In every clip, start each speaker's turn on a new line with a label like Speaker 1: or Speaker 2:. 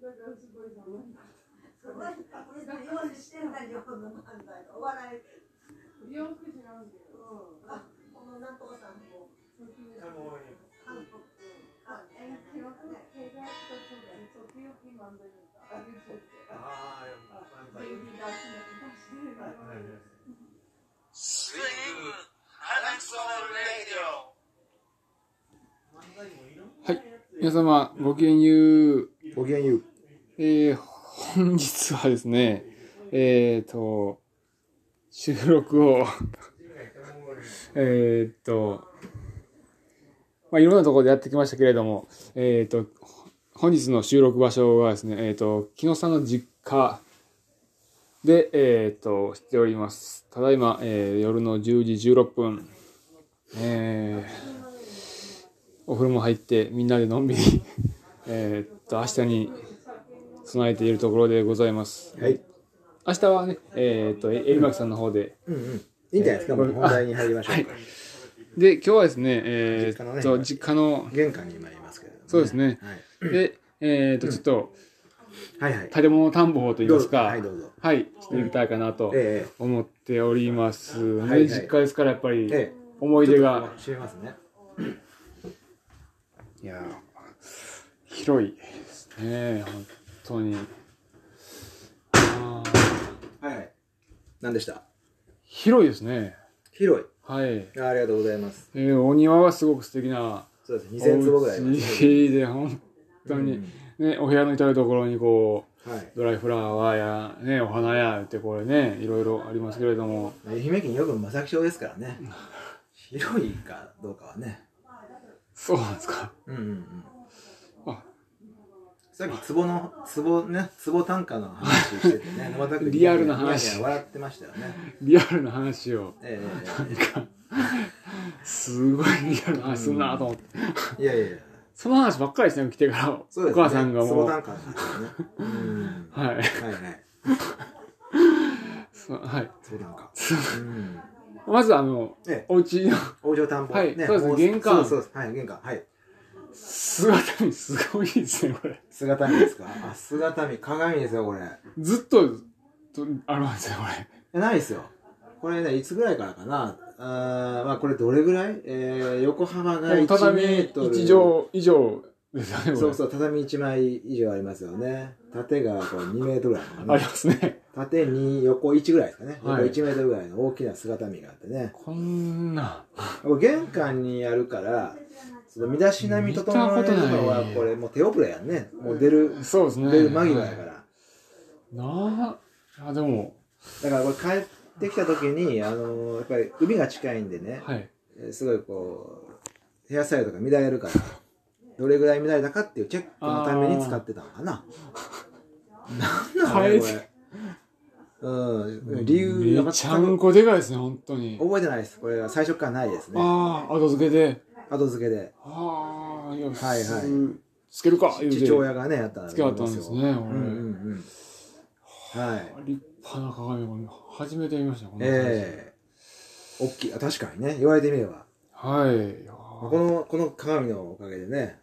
Speaker 1: だからすごいな。
Speaker 2: それ別に用意してないような漫才お笑い、
Speaker 1: 洋服違うんだよ。
Speaker 2: うん、あこのなんとかさん
Speaker 3: あの
Speaker 2: も
Speaker 3: 応援
Speaker 2: 韓国韓国
Speaker 1: え、記憶ね、
Speaker 2: ね
Speaker 1: 経済とそうだね、時々漫才にあげてって。
Speaker 3: ああ
Speaker 1: ベイビーダンスの歌してるのに。
Speaker 3: 漫才はいは
Speaker 1: あ
Speaker 4: Swing Hanaksoul Radio.
Speaker 3: い漫才もいろんなやつ
Speaker 5: 皆様、ごきげんゆう。
Speaker 6: ごきげんよう。
Speaker 5: えー、本日はですね、えーと、収録を、 えーと、まあ、いろんなところでやってきましたけれども、えーと、本日の収録場所はですね、えーと、木野さんの実家で、えーと、しております。ただいま、えー夜の10時16分、えー、お風呂も入ってみんなでのんびり えーっと明日に備えているところでございます
Speaker 6: はい。
Speaker 5: 明日はねえーっとえ襟巻さんの方で
Speaker 6: うんうん。いいんじゃないですか、もう本題に入りましょう。
Speaker 5: はいで今日はですねえーっと実
Speaker 6: 実
Speaker 5: 家の
Speaker 6: 玄関に今いますけれども、
Speaker 5: そうですね
Speaker 6: はい。
Speaker 5: でえーっとちょっと
Speaker 6: はいはい。
Speaker 5: 建物探訪といいますか
Speaker 6: はい、どうぞ。
Speaker 5: はいしてみたいかなと
Speaker 6: え
Speaker 5: 思っております
Speaker 6: はいは
Speaker 5: で
Speaker 6: い
Speaker 5: 実家ですからやっぱ
Speaker 6: え
Speaker 5: り
Speaker 6: え
Speaker 5: 思
Speaker 6: え
Speaker 5: い出が
Speaker 6: 知れますね。
Speaker 5: いやー広いですね本当にあー
Speaker 6: はいはい。何でした
Speaker 5: 広いですね
Speaker 6: 広い。
Speaker 5: はい
Speaker 6: あありがとうございます。
Speaker 5: えーお庭はすごく素敵な
Speaker 6: そうです。2000坪ぐらいあり
Speaker 5: お
Speaker 6: ます。
Speaker 5: 家で本当に、
Speaker 6: う
Speaker 5: ね、お部屋の至る所にこうん
Speaker 6: はい。
Speaker 5: ドライフラワーや、ね、お花やってこれねいろいろありますけれども
Speaker 6: 愛媛県よく正木町ですからね。広いかどうかはね。
Speaker 5: そうなんですか
Speaker 6: うんうんうん。
Speaker 5: あ
Speaker 6: さっき壺の壺ね壺単価の話してて ね沼田区
Speaker 5: リアルな
Speaker 6: ニ
Speaker 5: 話
Speaker 6: ヤニヤ笑ってましたよね。
Speaker 5: リアルな話を
Speaker 6: え
Speaker 5: すごいリアルな話するなと思って、
Speaker 6: えいやいやいや
Speaker 5: その話ばっかりですね来てから、
Speaker 6: そう
Speaker 5: お
Speaker 6: ですね。
Speaker 5: 母さんがも
Speaker 6: 壺
Speaker 5: う
Speaker 6: 単価の話ですね。うん。は
Speaker 5: はい
Speaker 6: いはい。
Speaker 5: そはい
Speaker 6: 壺単価。うん。
Speaker 5: まずあの
Speaker 6: ええ
Speaker 5: お家の
Speaker 6: 往生田んぼ。
Speaker 5: はい
Speaker 6: ね
Speaker 5: そうです
Speaker 6: 往
Speaker 5: 玄関
Speaker 6: そうそうですはい玄関はい。
Speaker 5: 姿見すごいですねこれ
Speaker 6: 姿見ですか。あ姿見鏡ですよこれ。
Speaker 5: ずっととあるんですよこれ
Speaker 6: えないですよ。これね、いつぐらいからかな。あーまあこれどれぐらいえー、横幅が
Speaker 5: もう
Speaker 6: 1
Speaker 5: 畳
Speaker 6: メートル。
Speaker 5: 1畳以上ですよねこれ
Speaker 6: そうそう、畳1枚以上ありますよね。縦がこう2メートルぐらいか
Speaker 5: あ
Speaker 6: な
Speaker 5: りますね
Speaker 6: 縦に横1ぐらいですかね。
Speaker 5: はい
Speaker 6: 横1メートルぐらいの大きな姿見があってね。
Speaker 5: こんな。
Speaker 6: これ玄関にやるから、その身だしなみ整えるの
Speaker 5: 見たこと
Speaker 6: は
Speaker 5: ない、
Speaker 6: これもう手遅れやんね。もう出る、
Speaker 5: そうですね。
Speaker 6: 出る間際やから。
Speaker 5: なあ、あでも、
Speaker 6: だからこれ帰ってきた時に、あのーやっぱり海が近いんでね、
Speaker 5: はい。
Speaker 6: えーすごいこう、ヘアスタイルとか乱れるから、どれぐらい乱れたかっていうチェックのために使ってたのかな。なんなのねこ
Speaker 5: 変え
Speaker 6: れ。うん、理由が
Speaker 5: めちゃ
Speaker 6: 全く
Speaker 5: んこでかいですね、本当に。
Speaker 6: 覚えてないです。これは最初からないですね。
Speaker 5: ああ、後付けで。
Speaker 6: 後付けで。
Speaker 5: ああ、いや、
Speaker 6: はいはい
Speaker 5: すつけるか、言うて。
Speaker 6: 父親がね、やった
Speaker 5: つけはったんですね、
Speaker 6: う
Speaker 5: こ
Speaker 6: んうん
Speaker 5: れ。
Speaker 6: うん。はい。
Speaker 5: 立派な鏡も、初めて見ました、この
Speaker 6: ええ大きい。あ確かにね、言われてみれば。
Speaker 5: はい。いや
Speaker 6: こ
Speaker 5: ー
Speaker 6: の、この鏡のおかげでね、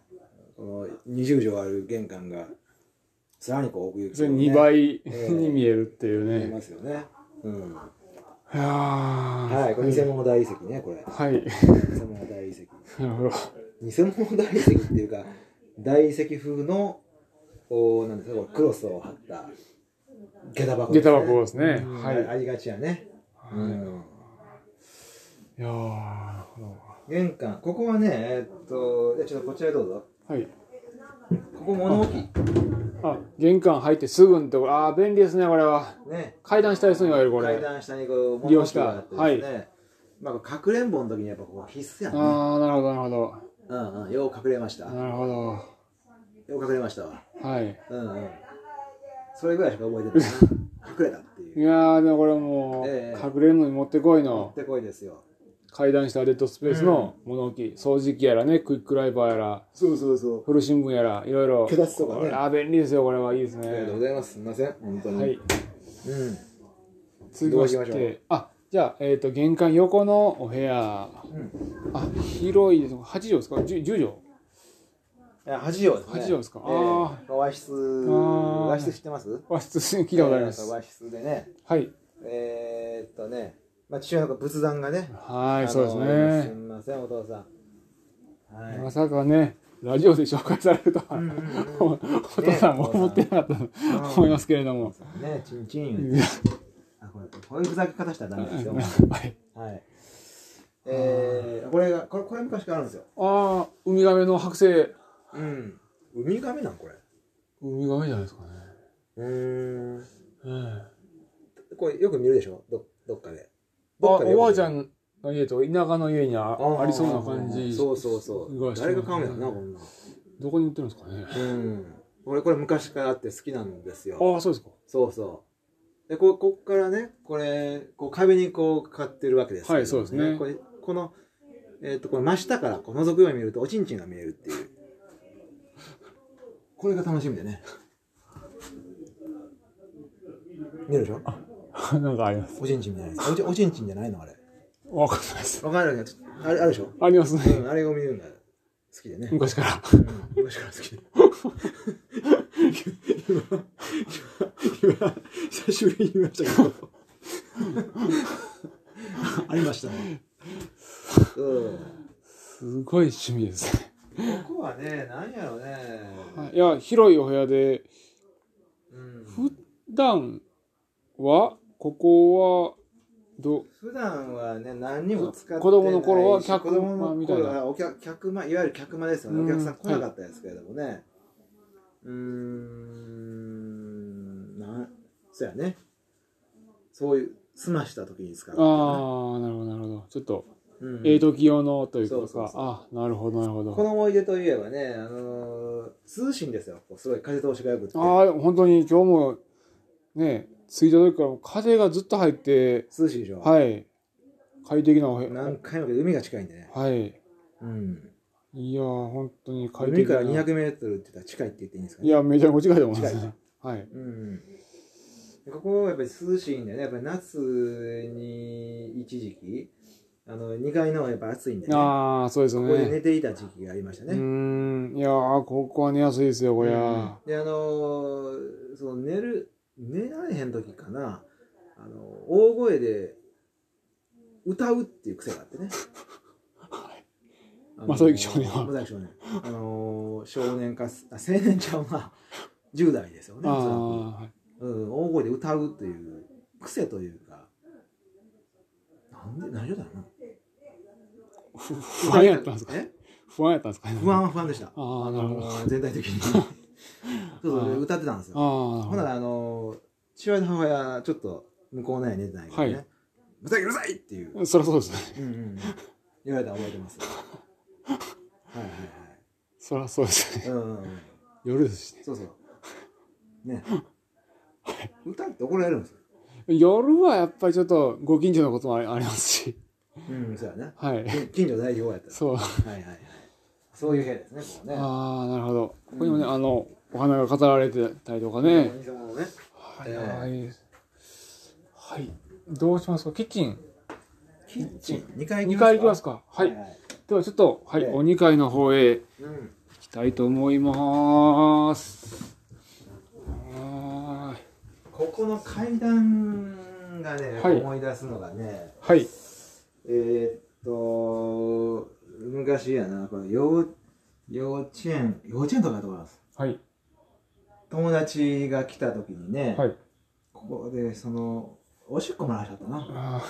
Speaker 6: この20畳ある玄関が、さらにこう奥行き
Speaker 5: それ
Speaker 6: をね
Speaker 5: 2倍
Speaker 6: ええ
Speaker 5: に見えるっていう
Speaker 6: 見え
Speaker 5: ね。
Speaker 6: ますよね。うん。はい
Speaker 5: やー
Speaker 6: い、これ偽物大理石ね、これ。
Speaker 5: はい。
Speaker 6: 偽 物大理石。
Speaker 5: なるほど。
Speaker 6: 偽物大理石っていうか、大理石風の、こう、なんですか、これクロスを貼った、下駄箱
Speaker 5: 下駄箱ですね
Speaker 6: うん
Speaker 5: はい
Speaker 6: ありがちやね。うん。
Speaker 5: いやーなるほど。
Speaker 6: 玄関、ここはね、えーっと、じゃあちょっとこちらへどうぞ。
Speaker 5: はい。
Speaker 6: ここ物置。
Speaker 5: あ、玄関入ってすぐのところ、ああ、便利ですね、これは。
Speaker 6: ね。
Speaker 5: 階段下ですね、いわゆるこれ。
Speaker 6: 階段下にこう、物
Speaker 5: 利用し
Speaker 6: 置
Speaker 5: た
Speaker 6: があってですね。まあ、かくれんぼの時にやっぱこう必須やね。
Speaker 5: ああ、なるほど、なるほど。
Speaker 6: うんうん。よう隠れました。よ
Speaker 5: なるほ
Speaker 6: う隠れましたわ。
Speaker 5: ど。はい。
Speaker 6: うんうん。それぐらいしか覚えてないな。隠れたっていう
Speaker 5: い。やー、でもこれもう、
Speaker 6: ええ
Speaker 5: 隠れるのにもってこい
Speaker 6: 持
Speaker 5: の
Speaker 6: っ、てこいですよ。
Speaker 5: 階段下デッドスペースの物置、掃除機やらね、クイックライバーやら、
Speaker 6: そうそうそう。
Speaker 5: 古新聞やら、いろいろ。
Speaker 6: 手立つとかね
Speaker 5: これあー、便利ですよ、これはいいです
Speaker 6: ありがとうご
Speaker 5: ね。
Speaker 6: ざいます。すみません。本当に。
Speaker 5: はい。
Speaker 6: うん。
Speaker 5: 続きま
Speaker 6: どう
Speaker 5: し
Speaker 6: しましょう
Speaker 5: て、あ、じゃあ、えっ、と、玄関横のお部屋。あ、広いです。8畳ですか ?10 畳。
Speaker 6: いや八畳ですね
Speaker 5: 八畳ですか
Speaker 6: ええ
Speaker 5: あ
Speaker 6: 和室
Speaker 5: あー
Speaker 6: 和室知ってます
Speaker 5: 和室聞いたことあります
Speaker 6: ええ。和室でね
Speaker 5: はい。
Speaker 6: えー、っとね、まあ、父親の仏壇がね
Speaker 5: は
Speaker 6: あ
Speaker 5: い、
Speaker 6: の
Speaker 5: そうです
Speaker 6: す
Speaker 5: ね。
Speaker 6: みませんお父さんはい
Speaker 5: まさかね、ラジオで紹介されるとは、
Speaker 6: うんうんうん
Speaker 5: お父さんも思ってなかったと思いますけれども。
Speaker 6: ねチンチ
Speaker 5: い
Speaker 6: ン
Speaker 5: や
Speaker 6: あこれこういうふざけ方したらダメですよ
Speaker 5: はい
Speaker 6: はいえー、これがこれこれ昔からあるんですよ
Speaker 5: ああ、ウミガメの剥製。
Speaker 6: うんウミガメなんこれ
Speaker 5: ウミガメじゃないですかね。
Speaker 6: うーん
Speaker 5: ええ
Speaker 6: これよく見るでしょどどっかで
Speaker 5: あ
Speaker 6: どっかでよく見る
Speaker 5: おばあちゃんの家と田舎の家にあ
Speaker 6: ー
Speaker 5: ありそうな感じ。
Speaker 6: そうそうそう誰が買うんやろなこんなん
Speaker 5: どこに売ってるんですかね。
Speaker 6: うん俺これ昔からあって好きなんですよ
Speaker 5: ああ、そうですか。
Speaker 6: そうそうでここっからねこれこう壁にこうかかってるわけですけど
Speaker 5: はいそうですね
Speaker 6: これこのえっ、とこれ真下からこう覗くように見るとおちんちんが見えるっていうこれが楽しみでね見えるでしょ
Speaker 5: なんかあります。
Speaker 6: おちんちんみたいなやつおちおちんちんじゃないのあれ
Speaker 5: わかんないです。
Speaker 6: わかるよねあれあるでしょ、
Speaker 5: あります
Speaker 6: う
Speaker 5: ね。
Speaker 6: ん、あれを見るのが好きでね
Speaker 5: 昔から。
Speaker 6: うん昔から好きで今今今久しぶりに見ましたけどありましたねうん
Speaker 5: すごい趣味ですね。
Speaker 3: ここはね、なんやろうね。
Speaker 5: いや、広いお部屋で、
Speaker 3: うん
Speaker 5: 普段は、ここは、ど、
Speaker 6: 普段はね何にも使ってないし
Speaker 5: 子供の頃は客
Speaker 6: 子供の頃は
Speaker 5: みたいな
Speaker 6: お客客間いわゆる客間ですよね
Speaker 5: うん
Speaker 6: お客さん来なかったですけれどもね、うーんなんそうやねそういう済ました時に使うっていうか
Speaker 5: ああ、なるほど、なるほど。ちょっと、
Speaker 6: なうん
Speaker 5: ええ時用のということか。
Speaker 6: そうそうそう
Speaker 5: あなるほど、なるほ
Speaker 6: こ
Speaker 5: ど。
Speaker 6: の思い出といえばね、あのー涼しいんですよ。こうすごい風通しがよくって。
Speaker 5: ああ、本当に今日も、ね、着いた時から風がずっと入って、
Speaker 6: 涼しいでしょ。
Speaker 5: はい。快適なお部屋。
Speaker 6: 何回も海が近いんでね。
Speaker 5: はい。
Speaker 6: うん。
Speaker 5: いやー、本当に快
Speaker 6: 海
Speaker 5: 適
Speaker 6: から
Speaker 5: な。
Speaker 6: 200メートルって言ったら近いって言っていいんですかね。
Speaker 5: いや、めちゃくちゃ近いと思います
Speaker 6: 近い
Speaker 5: ね。はい。
Speaker 6: うん。でここはやっぱり涼しいんだよね。やっぱり夏に一時期、あの、2階のはやっぱ暑いんでね。こ
Speaker 5: ああ、そうですよ
Speaker 6: こで
Speaker 5: ね。
Speaker 6: 寝ていた時期がありました
Speaker 5: うー
Speaker 6: ね。
Speaker 5: ん。いやー、ここは寝やすいですよ、こりゃ。
Speaker 6: で、あのーその寝る、寝られへん時かな、あの大声で歌うっていう癖があってね。あの
Speaker 5: 正行少年は
Speaker 6: 正行少年。あのー少年かす、あ青年ちゃんは10代ですよね、
Speaker 5: あ
Speaker 6: おそらく
Speaker 5: あ、はい。
Speaker 6: うん、大声で歌うという癖というか、なんで、何をだろうな。
Speaker 5: 不安やったんですか
Speaker 6: え
Speaker 5: 不安やったんですかね。
Speaker 6: 不安は不安でした。
Speaker 5: ああ、なるほど。
Speaker 6: あの全体的 に。そうそう
Speaker 5: あー
Speaker 6: 歌ってたんですよ。
Speaker 5: ああ、
Speaker 6: ほんなら、あの、父親の母親、ちょっと向こうの家に寝てないから
Speaker 5: は
Speaker 6: ね、またうるさいっていう、
Speaker 5: ら。そりゃそうですね。
Speaker 6: うんうんうん言われたの覚えてます。はいはいはい。
Speaker 5: そりゃそうですね。
Speaker 6: うんうんうん、
Speaker 5: 夜ですしね。
Speaker 6: そうそう。ね。歌って怒られるんですよ。
Speaker 5: 夜はやっぱりちょっとご近所のこともありありますし。
Speaker 6: うん、そうやね。
Speaker 5: はい。
Speaker 6: 近近所代表やったら。
Speaker 5: そう。
Speaker 6: はいはいはい。そういう部屋ですね、ここね。
Speaker 5: ああ、なるほど。ここにもね、あの、お花が飾られてたりとかね。
Speaker 6: 偽物ね。
Speaker 5: はいい。はい。どうしますかキッチン。
Speaker 6: キッチン。2階
Speaker 5: 2階行きます
Speaker 6: か。
Speaker 5: かはい。
Speaker 6: はい。
Speaker 5: ではちょっと、はい、
Speaker 6: ええ
Speaker 5: お2階の方へ行
Speaker 6: うん。
Speaker 5: きたいと思います。はーい
Speaker 6: ここの階段がね、
Speaker 5: はい
Speaker 6: 思い出すのがね、
Speaker 5: はい。
Speaker 6: えーっと、昔やな、これ幼、幼稚園、幼稚園とかだと思います。
Speaker 5: はい。
Speaker 6: 友達が来た時にね、
Speaker 5: はい。
Speaker 6: ここで、その、おしっこ漏らしちゃったな。
Speaker 5: あ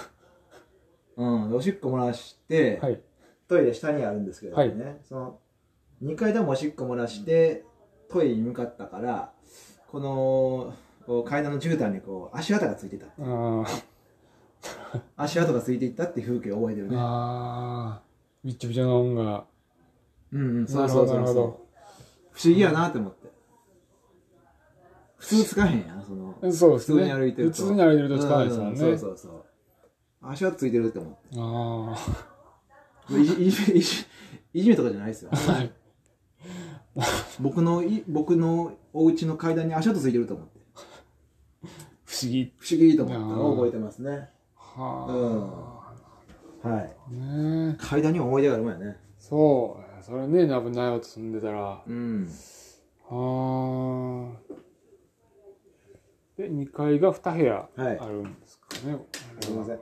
Speaker 6: うん、おしっこ漏らして、
Speaker 5: ーはい。
Speaker 6: トイレ下にあるんですけどね、その2階でもおしっこ漏らしてトイレに向かったからこのこう階段の絨毯にこう足跡がついてた
Speaker 5: あー
Speaker 6: 足跡がついていったっていう風景を覚えてるね
Speaker 5: あー。びっちょびちょの音が。
Speaker 6: うんうん
Speaker 5: な
Speaker 6: そう
Speaker 5: る
Speaker 6: そ
Speaker 5: ほ
Speaker 6: う
Speaker 5: ど、
Speaker 6: そ
Speaker 5: なる
Speaker 6: う
Speaker 5: ほ
Speaker 6: そう
Speaker 5: ど。
Speaker 6: 不思議やなって思って普通つかへんやんその
Speaker 5: そうで
Speaker 6: 普
Speaker 5: す
Speaker 6: 通
Speaker 5: ね。
Speaker 6: に歩いてると
Speaker 5: 普通に歩いてるとつかないですもんね。
Speaker 6: うそうそうそう足跡ついてるって思って
Speaker 5: あ
Speaker 6: いじいじいじいじめとかじゃないですよ
Speaker 5: あ。はい。
Speaker 6: 僕のい僕のお家の階段に足跡ついてると思って
Speaker 5: 不思議。
Speaker 6: 不思議と思ったのを覚えてますね
Speaker 5: は
Speaker 6: はい
Speaker 5: あ。ねえ。
Speaker 6: 階段にも思い出があるもんやね
Speaker 5: そうですそれね、危ない音住んでたら。
Speaker 6: うん。
Speaker 5: あーで、2階が2部屋
Speaker 6: はい
Speaker 5: あるんですかね。
Speaker 6: すいません。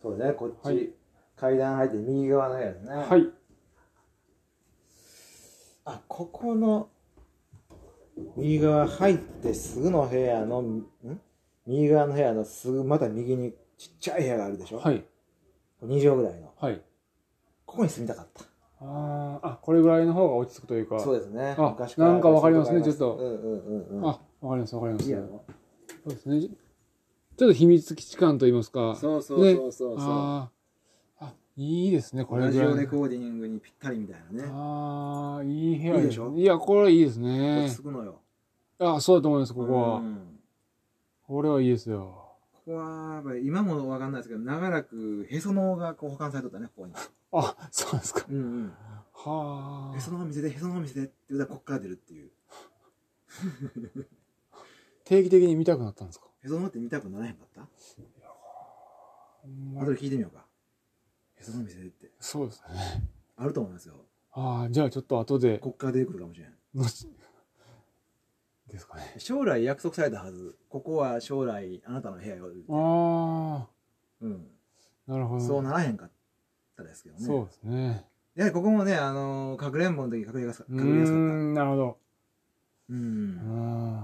Speaker 6: そうね、こっち、
Speaker 5: はい
Speaker 6: 階段入って右側の部屋ですね。。
Speaker 5: はいい。
Speaker 6: あ、ここの、右側入ってすぐの部屋の、ん右側の部屋のすぐ、また右にちっちゃい部屋があるでしょ
Speaker 5: はい。
Speaker 6: 2畳ぐらいの。
Speaker 5: はい。
Speaker 6: ここに住みたかった。
Speaker 5: あーあ、これぐらいの方が落ち着くというか。
Speaker 6: そうですね。
Speaker 5: あ
Speaker 6: 昔ら
Speaker 5: なんかわかりますね
Speaker 6: そういう
Speaker 5: ち
Speaker 6: こありますうんうんうんうん。
Speaker 5: あ、わかります、わかりま
Speaker 6: いい
Speaker 5: す。
Speaker 6: や
Speaker 5: そ
Speaker 6: ろ
Speaker 5: うですね。ちょっと秘密基地感といいますか。
Speaker 6: そうそうそうそうそう。
Speaker 5: あーあ、いいですね、これ
Speaker 6: ラ
Speaker 5: ぐ
Speaker 6: ジ
Speaker 5: らい
Speaker 6: オ
Speaker 5: の。
Speaker 6: レコーディングにぴったりみたいなね。
Speaker 5: ああ、いい部屋
Speaker 6: いいでしょ
Speaker 5: いや、これいいです
Speaker 6: 落
Speaker 5: ね
Speaker 6: ち。着くのよ。
Speaker 5: あそうだと思います、ここは。
Speaker 6: うん
Speaker 5: これはいいですよ。
Speaker 6: ここは、やっぱり今もわかんないですけど、長らくへその緒がこう保管されとったね、ここに。
Speaker 5: あ、そ うですか。
Speaker 6: うん
Speaker 5: は
Speaker 6: へそ
Speaker 5: あ。
Speaker 6: の緒見せて、へその緒見せてって言うたらこっから出るっていう。
Speaker 5: 定期的に見たくなったんですか
Speaker 6: へその緒って見たくならへんかった
Speaker 5: ほんま
Speaker 6: 後で聞いてみようか。へその緒見せてって。
Speaker 5: そうですね。
Speaker 6: あると思いますよ。
Speaker 5: ああ、じゃあちょっと後で、
Speaker 6: こっから出てくるかもしれん。
Speaker 5: のしですかね。
Speaker 6: 将来約束されたはず。ここは将来あなたの部屋よ。
Speaker 5: あ
Speaker 6: うん。
Speaker 5: あ、なるほど。
Speaker 6: そうならへんかったですけどね。
Speaker 5: そうですね。
Speaker 6: やはりここもね、あのー、かくれんぼの時に隠れやすか
Speaker 5: う
Speaker 6: 隠
Speaker 5: ー
Speaker 6: れやすかった。
Speaker 5: ん、なるほど。
Speaker 6: う。
Speaker 5: うんん。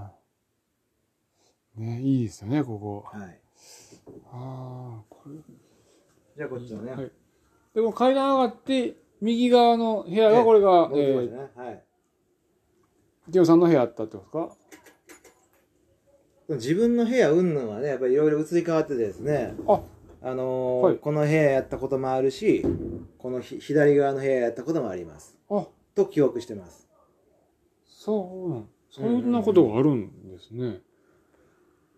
Speaker 5: ね、いいですよね、ここ。
Speaker 6: はい。
Speaker 5: ああ、これ。
Speaker 6: じゃあこっちのね。
Speaker 5: はい。で、この階段上がって、右側の部屋が、これが、え
Speaker 6: え
Speaker 5: ー、
Speaker 6: ね。はい。
Speaker 5: ジオさんの部屋あったってことです
Speaker 6: 自分の部屋うんぬんはねやっぱりいろいろ移り変わっててですね
Speaker 5: あ
Speaker 6: あのー
Speaker 5: はい
Speaker 6: この部屋やったこともあるしこのひ左側の部屋やったこともあります
Speaker 5: かあ、
Speaker 6: と記憶してます
Speaker 5: そうなん。そんなことがあるんですね。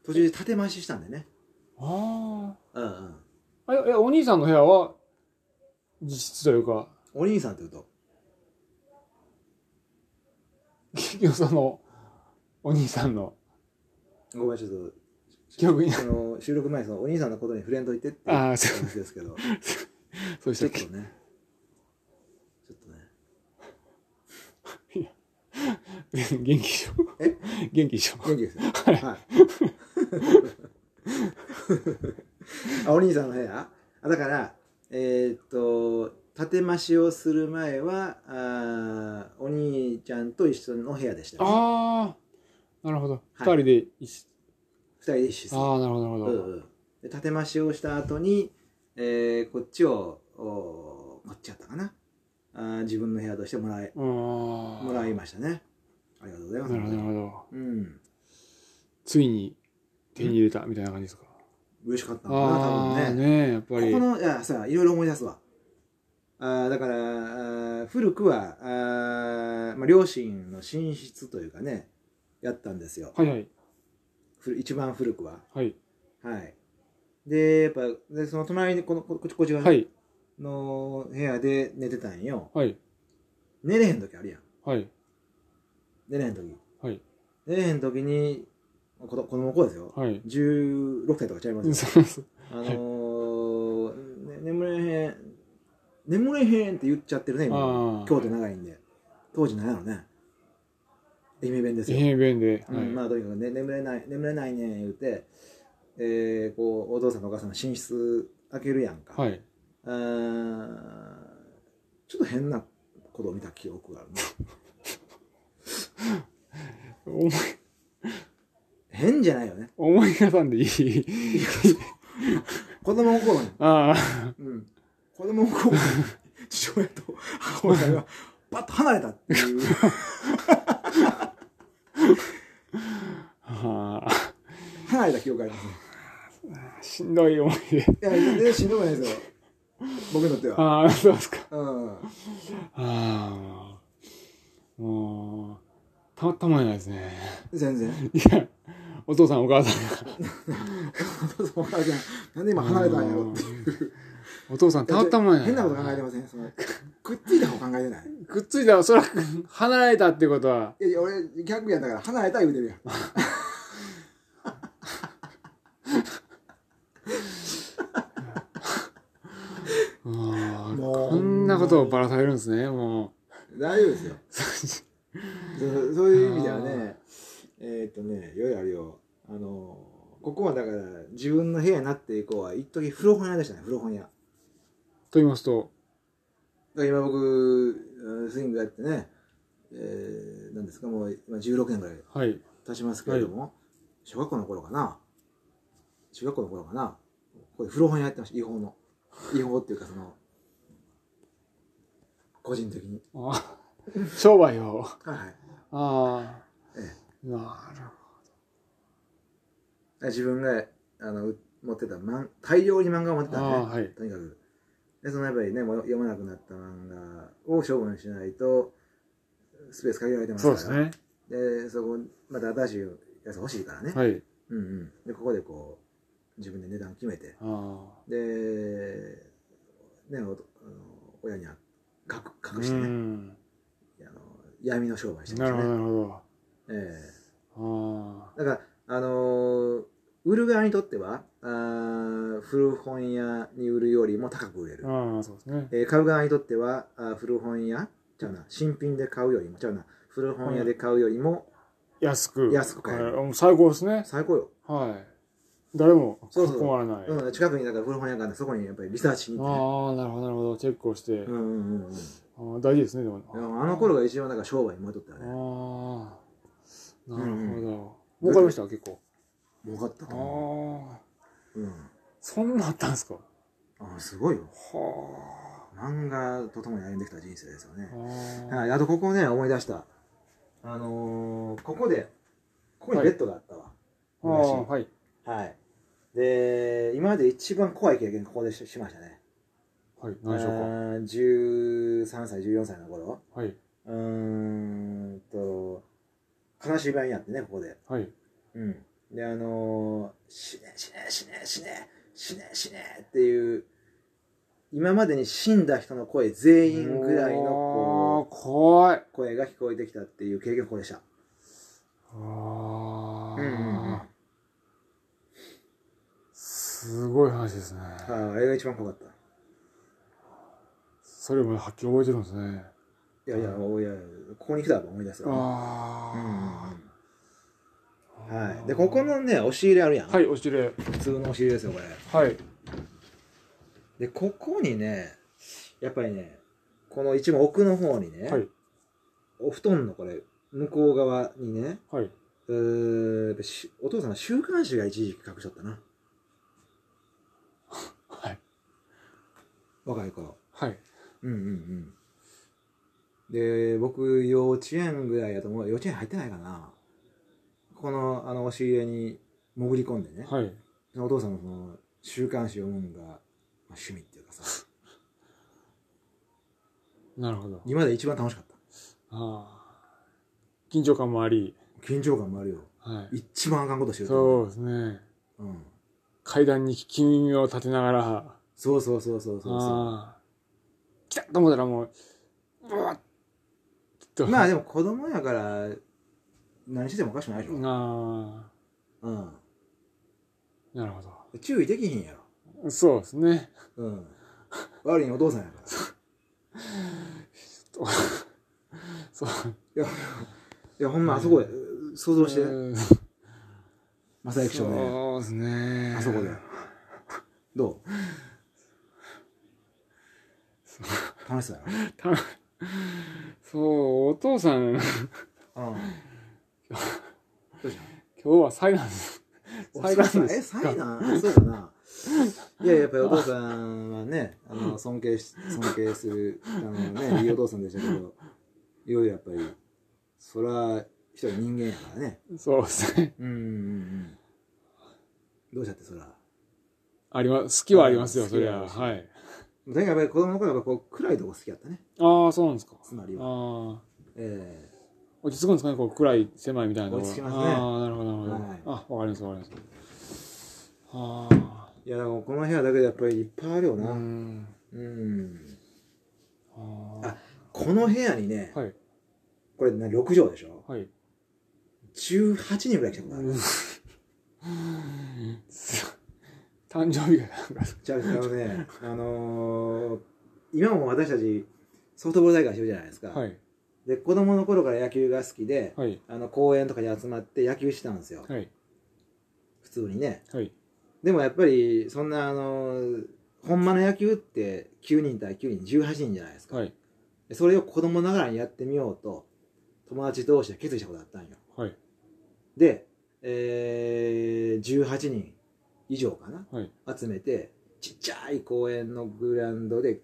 Speaker 6: 途中で建て回ししたんでね
Speaker 5: あ
Speaker 6: うんうん
Speaker 5: あ。え、えお兄さんの部屋は、実質というか、
Speaker 6: お兄さんというと
Speaker 5: キヨさんの、お兄さんの
Speaker 6: ごめんちょっと
Speaker 5: 記憶に、
Speaker 6: あのー収録前にそのお兄さんのことに触れんといてっていう
Speaker 5: あーそう
Speaker 6: 話ですけ ど
Speaker 5: そうでし
Speaker 6: ち
Speaker 5: た
Speaker 6: ょ
Speaker 5: っ
Speaker 6: っと
Speaker 5: け
Speaker 6: ねちょっとね
Speaker 5: 元気でしょ
Speaker 6: え
Speaker 5: 元気でしょ
Speaker 6: 元気ですよはい あお兄さんの部屋あだからえーっと建て増しをする前はあーお兄ちゃんと一緒の部屋でしたね、
Speaker 5: ああ、なるほど。二
Speaker 6: はい
Speaker 5: 人で一緒、
Speaker 6: 二人で一緒です
Speaker 5: ああ、なるほど、なる
Speaker 6: う
Speaker 5: ほ
Speaker 6: ん
Speaker 5: ど。
Speaker 6: うんで建て増しをした後に、えーこっちをおーこっちやったかなあー自分の部屋としてもらい
Speaker 5: ああ。
Speaker 6: もらいましたねありがとうございます
Speaker 5: なるほど、なるほど。
Speaker 6: うん
Speaker 5: ついに手に入れたみたいな感じですか。
Speaker 6: 嬉しかったのかな多
Speaker 5: ああ
Speaker 6: 分
Speaker 5: ー、
Speaker 6: ね
Speaker 5: ねやっぱり。
Speaker 6: ここのいやさいろいろ思い出すわあーだからあー古くはあー、まあ、両親の寝室というかねやったんですよ
Speaker 5: はいはい。
Speaker 6: ふる一番古くは
Speaker 5: はい。
Speaker 6: はいでやっぱでその隣にこのここっちこっち側
Speaker 5: はい。
Speaker 6: の部屋で寝てたんよ、
Speaker 5: はい。
Speaker 6: 寝れへん時あるやん
Speaker 5: はい。
Speaker 6: 寝れへん時
Speaker 5: はい。
Speaker 6: 寝れへん時に子供子供の子ですよ
Speaker 5: はい。
Speaker 6: 16歳とかちゃいますよ
Speaker 5: そうそう
Speaker 6: あのーね、眠れへん眠れへんって言っちゃってるね
Speaker 5: あ
Speaker 6: 今
Speaker 5: ー
Speaker 6: 京都長いんで当時なんやろね愛媛弁ですよ、
Speaker 5: 愛媛弁で。
Speaker 6: うんまあとにかく、ね、眠れない眠れないねん言うて、えーこうお父さんとお母さんの寝室開けるやんか、
Speaker 5: はい。
Speaker 6: あーちょっと変なことを見た記憶があるね
Speaker 5: 思い、
Speaker 6: 変じゃないよね
Speaker 5: 思い出 さんでいい。
Speaker 6: 子供の 頃に、
Speaker 5: あ
Speaker 6: うん、子供の 頃に父親と母親がパッと離れたって いう
Speaker 5: あ。はあ
Speaker 6: 離れた記憶がありますね
Speaker 5: しんどい思い出。
Speaker 6: いや、全然しんどくないですよ。僕にとっては。
Speaker 5: ああ、そうですか。
Speaker 6: うん。
Speaker 5: ああ。もう、たまったまんやないですね。
Speaker 6: 全然。
Speaker 5: いや、お父さんお母さんが。
Speaker 6: お母さん、なんで今離れたんやろっていう。
Speaker 5: お父さんたまったまんやない。
Speaker 6: 変なこと考えてません。そのくっついた方考えてない。
Speaker 5: くっついたらおそらく離れたってことは。
Speaker 6: いやいや、俺、逆やだから離れた言うてるやん。
Speaker 5: ああ、
Speaker 6: もう
Speaker 5: こんななことをばらされるんですね、も
Speaker 6: 大丈夫ですよ。そうそういう意味ではね、えーっとね、いろいろあるよ。あの、ここはだから、自分の部屋になって以降は、一時古本屋でしたね、古本屋。だか
Speaker 5: う。 と言いますと、
Speaker 6: ら今僕、うんスイングやってね、えー、何ですか、もう今16年ぐらい
Speaker 5: はい。
Speaker 6: 経ちますけれども、小学校の頃かな、中学校の頃かな、これ古本屋やってました、違法の。違法っていうか、その、個人的に。
Speaker 5: あ商売を。
Speaker 6: はいはい。
Speaker 5: ああ
Speaker 6: え。
Speaker 5: なる
Speaker 6: 自分があのう持ってた漫大量に漫画を持ってた
Speaker 5: あ
Speaker 6: ん
Speaker 5: あ
Speaker 6: で、
Speaker 5: はい
Speaker 6: とにかくでそのやっぱりねもう読まなくなった漫画を処分しないとスペース限られてま
Speaker 5: ほど。
Speaker 6: す
Speaker 5: そ
Speaker 6: か
Speaker 5: う
Speaker 6: ら
Speaker 5: ですね。
Speaker 6: でそこまた新しいやつ欲しいからね、
Speaker 5: はい。
Speaker 6: うんうん、でここでこう自分で値段決めて
Speaker 5: ああ。
Speaker 6: で、ね、おあの親には隠
Speaker 5: う
Speaker 6: 隠してね
Speaker 5: ん。
Speaker 6: あの闇の商売してま
Speaker 5: な
Speaker 6: し
Speaker 5: る
Speaker 6: た
Speaker 5: ほど、
Speaker 6: ね、
Speaker 5: なるほ
Speaker 6: ええ
Speaker 5: ど。ああ。
Speaker 6: だから、あのー売る側にとってはあー古本屋に売るよりも高く売れる、
Speaker 5: ああ、そうですね。
Speaker 6: えー買う側にとってはあー古本屋ちゃうな新品で買うよりもちゃうな古本屋で買うよりも
Speaker 5: 安く。
Speaker 6: 安く買える
Speaker 5: はいもう最高ですね。
Speaker 6: 最高よ、
Speaker 5: はい。誰も
Speaker 6: そうそう
Speaker 5: 困らない。
Speaker 6: うん、近くにだから古本屋があるんでそこにやっぱりリサーチしに行ってね
Speaker 5: ああ、なるほど、なるほど。チェックをして。
Speaker 6: うんうんうんうん
Speaker 5: あー大事ですね、でも。
Speaker 6: でもあの頃が一応なんか商売に戻ったよね
Speaker 5: ああ。なる
Speaker 6: うんう
Speaker 5: ほ
Speaker 6: ん
Speaker 5: ど。儲かりました、結構。
Speaker 6: 儲かったと思
Speaker 5: ああ。
Speaker 6: う、うん、
Speaker 5: そんなんあったんですか
Speaker 6: あーすごいよ
Speaker 5: は
Speaker 6: 漫画とともに歩んできた人生ですよね
Speaker 5: あ。あ
Speaker 6: はい、あとここね、思い出した。あのーここで、ここにベッドがあったわ。
Speaker 5: あ。はい。
Speaker 6: はい。で、今まで一番怖い経験ここでししましたね。
Speaker 5: はい。何でしょう
Speaker 6: あー13歳、14歳の頃。
Speaker 5: か。はい。
Speaker 6: うーんと、悲しい場合にあってね、ここで。
Speaker 5: はい。
Speaker 6: うん。で、あのー死ね、死ね、死ね、死ね、死ね、死ねっていう、今までに死んだ人の声全員ぐらいのこう
Speaker 5: ああ、怖い。
Speaker 6: 声が聞こえてきたっていう経験がここでした。う
Speaker 5: あ
Speaker 6: んうんうん
Speaker 5: あ。すごい話ですね。
Speaker 6: ああ、あれが一番怖かっ
Speaker 5: それもはっきり覚えてるんですね。
Speaker 6: た。いやいや、おいや、ここに来たら思い出すよ、うんうん
Speaker 5: あ
Speaker 6: うんはい。で、ここのね、押し入れあるやん。
Speaker 5: あ。はい、おしれ。
Speaker 6: 普通の押し入れですよ、これ。
Speaker 5: はい。
Speaker 6: で、ここにね、やっぱりね、この一番奥の方にね、
Speaker 5: はい
Speaker 6: お布団のこれ、向こう側にね、
Speaker 5: はい。
Speaker 6: うーやっぱしお父さんの週刊誌が一時期隠しとったな。
Speaker 5: はい。
Speaker 6: 若い頃。
Speaker 5: はい。
Speaker 6: うんうんうん。で、僕、幼稚園ぐらいやと思う。幼稚園入ってないかな。この、あの、押し入れに潜り込んでね。
Speaker 5: はい。
Speaker 6: そのお父さんのその、週刊誌読むのが、まあ、趣味っていうかさ、
Speaker 5: なるほど。
Speaker 6: 今まで一番楽しかった。
Speaker 5: ああ。緊張感もあり。
Speaker 6: 緊張感もあるよ。
Speaker 5: は
Speaker 6: 一番あかんことして
Speaker 5: い。
Speaker 6: ると思
Speaker 5: そうですね。
Speaker 6: う。うん。
Speaker 5: 階段に聞き耳を立てながら、あ
Speaker 6: そうそうそうそうそうそ
Speaker 5: あ。来たと思ったらもう、うわっと。
Speaker 6: う。まあでも子供やから、何しててもおかしくないでしょ。う
Speaker 5: あ
Speaker 6: ん。
Speaker 5: あ。なるほど。
Speaker 6: 注意できひんやろ。
Speaker 5: そうですね。
Speaker 6: うん。悪いのお父さんやから。
Speaker 5: そう。
Speaker 6: いや、いやほんまあそこで、想像して、
Speaker 5: うん
Speaker 6: 正行少年。
Speaker 5: そうですね。
Speaker 6: あそこで。どう楽しそうや
Speaker 5: たそう、お父さん、今
Speaker 6: ろ。うん。どうした
Speaker 5: 日は災 難です。災難で
Speaker 6: え、
Speaker 5: す
Speaker 6: サイ
Speaker 5: か。
Speaker 6: ナーそうかな。いや、やっぱりお父さんはね、あの、尊敬し、尊敬する、あの ね、いいお父さんでしたけど、いよいよやっぱり、そら、一人人間やからね。
Speaker 5: そうですね。
Speaker 6: うんうんうん。どうしたってそら。
Speaker 5: あります。好きはありますよ、
Speaker 6: はい
Speaker 5: そりゃ。
Speaker 6: 好き
Speaker 5: はい。
Speaker 6: だけどやっぱり子供の頃はこう暗いとこ好きやったね
Speaker 5: ああ、そうなんですか。
Speaker 6: つまりは
Speaker 5: ああ。
Speaker 6: え
Speaker 5: 落ち着くんですかね、こう、暗い、狭いみたいなところ。
Speaker 6: 落ち着きますね
Speaker 5: ああ、なるほど、なるほど。
Speaker 6: はい
Speaker 5: あ、わかります、わかります。あ
Speaker 6: えいやでもこの部屋だけでやっぱりいっぱいあるよ
Speaker 5: あ。
Speaker 6: な
Speaker 5: う
Speaker 6: うん
Speaker 5: ん。あ
Speaker 6: この部屋にね、
Speaker 5: あ。はい、
Speaker 6: これね6畳でしょ
Speaker 5: はい。
Speaker 6: 18人ぐらい来たことある、
Speaker 5: うん誕生日がなんか、
Speaker 6: じゃああのねあのー今も私たちソフトボール大会してるじゃないですか、
Speaker 5: はい。
Speaker 6: で子供の頃から野球が好きで、
Speaker 5: はい。
Speaker 6: あの公園とかに集まって野球してたんですよ、
Speaker 5: はい。
Speaker 6: 普通にね
Speaker 5: はい。
Speaker 6: でもやっぱりそんなあのほんまの野球って9人対9人18人じゃないですか、
Speaker 5: はい。
Speaker 6: でそれを子供ながらにやってみようと友達同士で決意したことだったんよ
Speaker 5: はい。
Speaker 6: で、えー、18人以上かな、
Speaker 5: はい
Speaker 6: 集めてちっちゃい公園のグラウンドで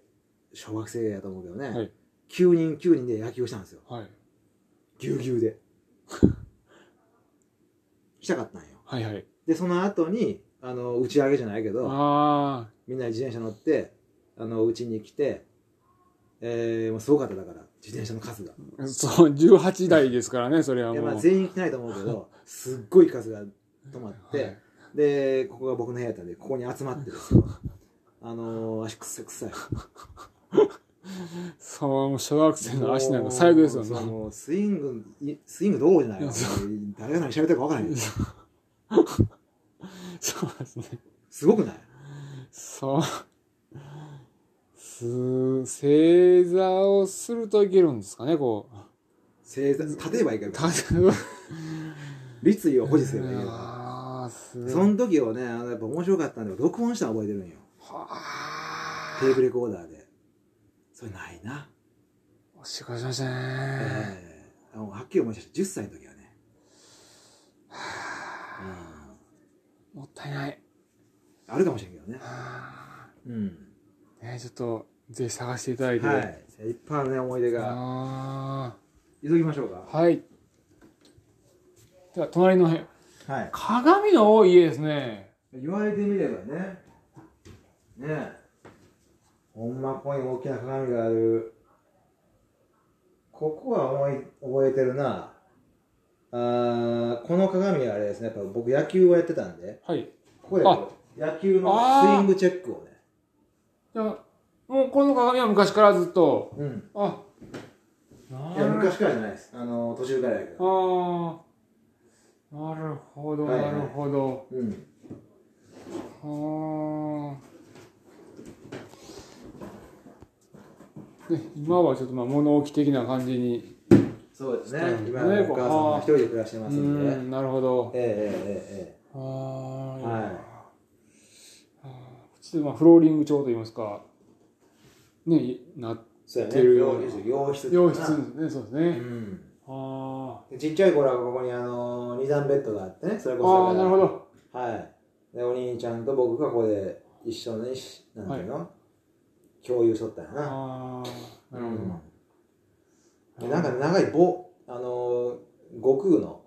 Speaker 6: 小学生やと思うけどね、
Speaker 5: はい
Speaker 6: 9人9人で野球をしたんですよ
Speaker 5: はい。
Speaker 6: ぎゅうぎゅうで したかったんよ
Speaker 5: はい。はい。
Speaker 6: でその後にあの打ち上げじゃないけど
Speaker 5: あ
Speaker 6: みんな自転車乗ってあのうちに来てえー、もうすごかっただから自転車の数が
Speaker 5: あ。そう、18代ですからね、それはいも
Speaker 6: や
Speaker 5: う。
Speaker 6: まあ全員来ないと思うけ どすっごい数が止まって、
Speaker 5: はい
Speaker 6: でここが僕の部屋だったんでここに集まって ですよあのー、足くっさくさい
Speaker 5: そう、もう小学生の 足なんか最悪ですよ、
Speaker 6: もう
Speaker 5: ね。
Speaker 6: もうスイングいスイングどころじゃないよ
Speaker 5: そ
Speaker 6: 誰が何喋ってるか分からない
Speaker 5: そうですね。
Speaker 6: すごくない
Speaker 5: そう。す、正座をするといけるんですかね、こう。
Speaker 6: 正座立てばいいけど
Speaker 5: た
Speaker 6: 立位を保持すればいいけど
Speaker 5: ああ、すごい。
Speaker 6: その時をねあのやっぱ面白かったんだけど録音したの覚えてるんよ
Speaker 5: は
Speaker 6: テ
Speaker 5: あ。
Speaker 6: ープレコーダーでそれないな、
Speaker 5: お仕事しましたね。
Speaker 6: ええもうはっきり思い出した10歳の時はね、
Speaker 5: もったいない。
Speaker 6: うん、あるかもしれんけどね
Speaker 5: は
Speaker 6: うん
Speaker 5: あねちょっと、ぜひ探していただいて。
Speaker 6: はい。いっぱいのね、思い出が。
Speaker 5: あ
Speaker 6: 急ぎましょう
Speaker 5: あ。
Speaker 6: か。
Speaker 5: はい。では、隣の部屋。
Speaker 6: はい。
Speaker 5: 鏡の多い家ですね。
Speaker 6: 言われてみればね。ねえ。ほんま、ここに大きな鏡がある。ここは思い、覚えてるな。あーこの鏡はあれですね。やっぱ僕野球をやってたんで。
Speaker 5: はい。
Speaker 6: ここでこう野球のスイングチェックをね。
Speaker 5: じゃあ、もうこの鏡は昔からずっと。
Speaker 6: うん。
Speaker 5: あ、ない
Speaker 6: や、
Speaker 5: る
Speaker 6: 昔からじゃないです。あの、途中からやけど。
Speaker 5: ああ。なるほど、
Speaker 6: はいは
Speaker 5: ないるほど。
Speaker 6: うん。
Speaker 5: はあ。ね、今はちょっとまあ物置的な感じに。
Speaker 6: そうですね
Speaker 5: そうですね。
Speaker 6: 今、お母さんが一人で暮らして
Speaker 5: う
Speaker 6: ますんで。
Speaker 5: ん、なるほど。
Speaker 6: ええええええ。
Speaker 5: はーい。
Speaker 6: はい
Speaker 5: ちょっとまあフローリング調といいますか。ね、な、
Speaker 6: そうや
Speaker 5: って
Speaker 6: ね。
Speaker 5: るよう
Speaker 6: 洋
Speaker 5: な
Speaker 6: 室。洋室
Speaker 5: 洋室ですね、そうです
Speaker 6: う
Speaker 5: ね。
Speaker 6: ん。
Speaker 5: あ
Speaker 6: でちっちゃい頃はここにあのー二段ベッドがあってね、それ
Speaker 5: あ。
Speaker 6: こそ。
Speaker 5: ああ、なるほど。
Speaker 6: ど。はい。で、お兄ちゃんと僕がここで一緒にし、なんていうの、共有しとったんやな。
Speaker 5: ああ、なるほ
Speaker 6: うんでなんか長い棒、あのー悟空の、
Speaker 5: ど。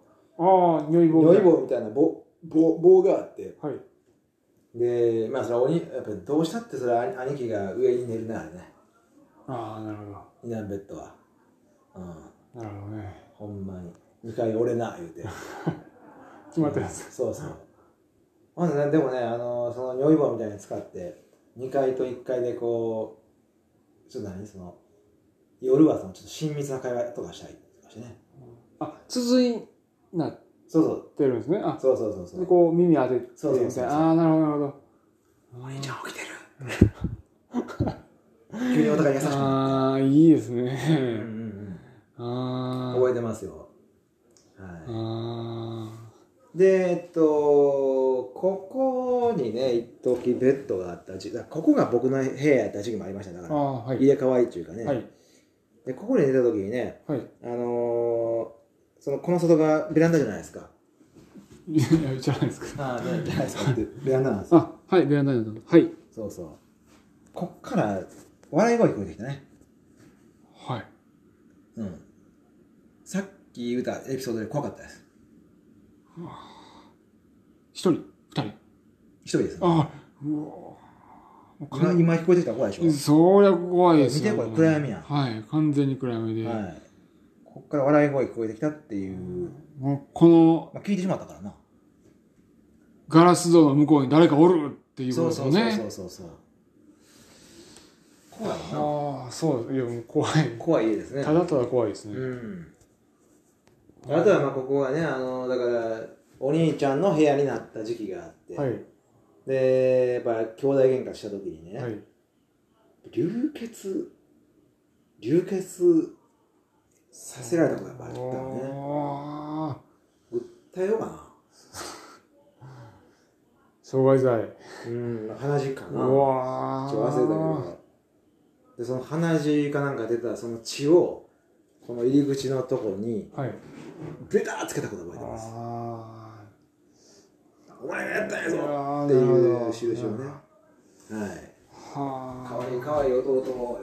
Speaker 5: ああ、匂い棒
Speaker 6: 酔い棒みたいな棒、棒棒があって、
Speaker 5: はい。
Speaker 6: で、まあそれはおに、やっぱりどうしたってそれは兄兄貴が上に寝るな、あれね。
Speaker 5: ああ、なるほ
Speaker 6: 二段ベッドは。うん。
Speaker 5: ど。なるほどね。
Speaker 6: ほんまに。二回俺な、言うて。
Speaker 5: 決まってます。
Speaker 6: そうそう。まずね、でもね、あのその尿意棒みたいなの使って、2階と1階でこう、ちょっと何その、夜はそのちょっと親密な会話とかしたりとかしてね。
Speaker 5: あ、筒になっ
Speaker 6: そうそう。
Speaker 5: てるんですね。あ、
Speaker 6: そうそうそうそ
Speaker 5: で、
Speaker 6: う。
Speaker 5: こう耳当てて
Speaker 6: そうそうそう
Speaker 5: みたいな。ああ、なるほど、なるほど。
Speaker 6: お兄ちゃん起きてる。急にお互い優しくなっ
Speaker 5: ああ、いいです
Speaker 6: て。うんう
Speaker 5: ね。
Speaker 6: んう
Speaker 5: あ
Speaker 6: ん。
Speaker 5: あ。
Speaker 6: 覚えてますよ。はい。
Speaker 5: あ
Speaker 6: で、えっと、ここにね、一時ベッドがあった時期、だからここが僕の部屋やった時期もありましたねだ
Speaker 5: あ。
Speaker 6: か
Speaker 5: あ
Speaker 6: ら、
Speaker 5: あ、はい。
Speaker 6: 入れ替わりっていうかね、
Speaker 5: はい。
Speaker 6: で、ここで寝た時にね、
Speaker 5: はい。
Speaker 6: あのーそのこの外がベランダじゃないですか。
Speaker 5: いや、じゃないです
Speaker 6: あ
Speaker 5: か。
Speaker 6: あ、ベランダですか。ベランダなんですよ。
Speaker 5: あ、はい、ベランダになった。はい。
Speaker 6: そうそう。こっから笑い声聞こえてきたね。
Speaker 5: はい。
Speaker 6: うん。さっき言うたエピソードで怖かったです。
Speaker 5: 一人、二人。
Speaker 6: 一人です、ね。
Speaker 5: ああ、うわー
Speaker 6: 今今聞こえてきたら怖いでし
Speaker 5: そりゃ怖いですよ。
Speaker 6: 見てこれ暗闇やん
Speaker 5: はい、完全に暗闇で。
Speaker 6: ょ。はい。こっから笑い声聞こえてきたっていう、
Speaker 5: もうこの
Speaker 6: まあ、聞いてしまったからな。
Speaker 5: ガラス像の向こうに誰かおるっていうこ
Speaker 6: そ
Speaker 5: と
Speaker 6: う
Speaker 5: です
Speaker 6: そ
Speaker 5: よ
Speaker 6: うそうそ
Speaker 5: ね。
Speaker 6: うそうそう。怖いな。
Speaker 5: ああ、そう、いや、もう怖い。
Speaker 6: 怖い家ですね。
Speaker 5: ただただ怖いですね。
Speaker 6: うんあとはまあここがねあのだからお兄ちゃんの部屋になった時期があって、
Speaker 5: はい、
Speaker 6: でやっぱ兄弟喧嘩した時にね、
Speaker 5: はい、
Speaker 6: 流血流血させられたことがやっぱあったね
Speaker 5: おー
Speaker 6: 訴えようかな
Speaker 5: 障害罪。
Speaker 6: うん鼻血か
Speaker 5: う
Speaker 6: な
Speaker 5: わー
Speaker 6: ちょっと忘れたけどでその鼻血かなんか出たその血をこの入り口のとこに
Speaker 5: はい。
Speaker 6: ベターつけたこと覚えてます
Speaker 5: あ
Speaker 6: お前がやったんや
Speaker 5: ー
Speaker 6: ぞ
Speaker 5: あー。
Speaker 6: ってい
Speaker 5: なるほ
Speaker 6: う
Speaker 5: ど
Speaker 6: 印をねはい
Speaker 5: はあ。
Speaker 6: かわいいかわいい弟を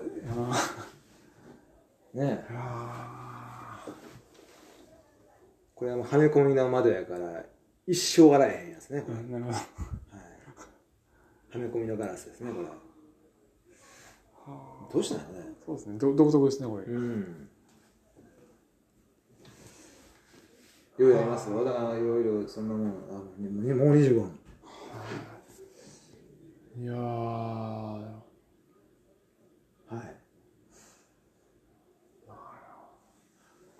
Speaker 6: ねえ
Speaker 5: あ
Speaker 6: これはもうはめ込みの窓やから一生笑えへんやつねこ
Speaker 5: ー
Speaker 6: れ、
Speaker 5: あ
Speaker 6: はい、
Speaker 5: なるほど。
Speaker 6: はめ込みのガラスですねこれどうしたんやろね
Speaker 5: そうですね。ど独特ですね、これ。
Speaker 6: うんいろいろありますよだからいろいろそんなもんあもうもう25分
Speaker 5: いやー。
Speaker 6: はい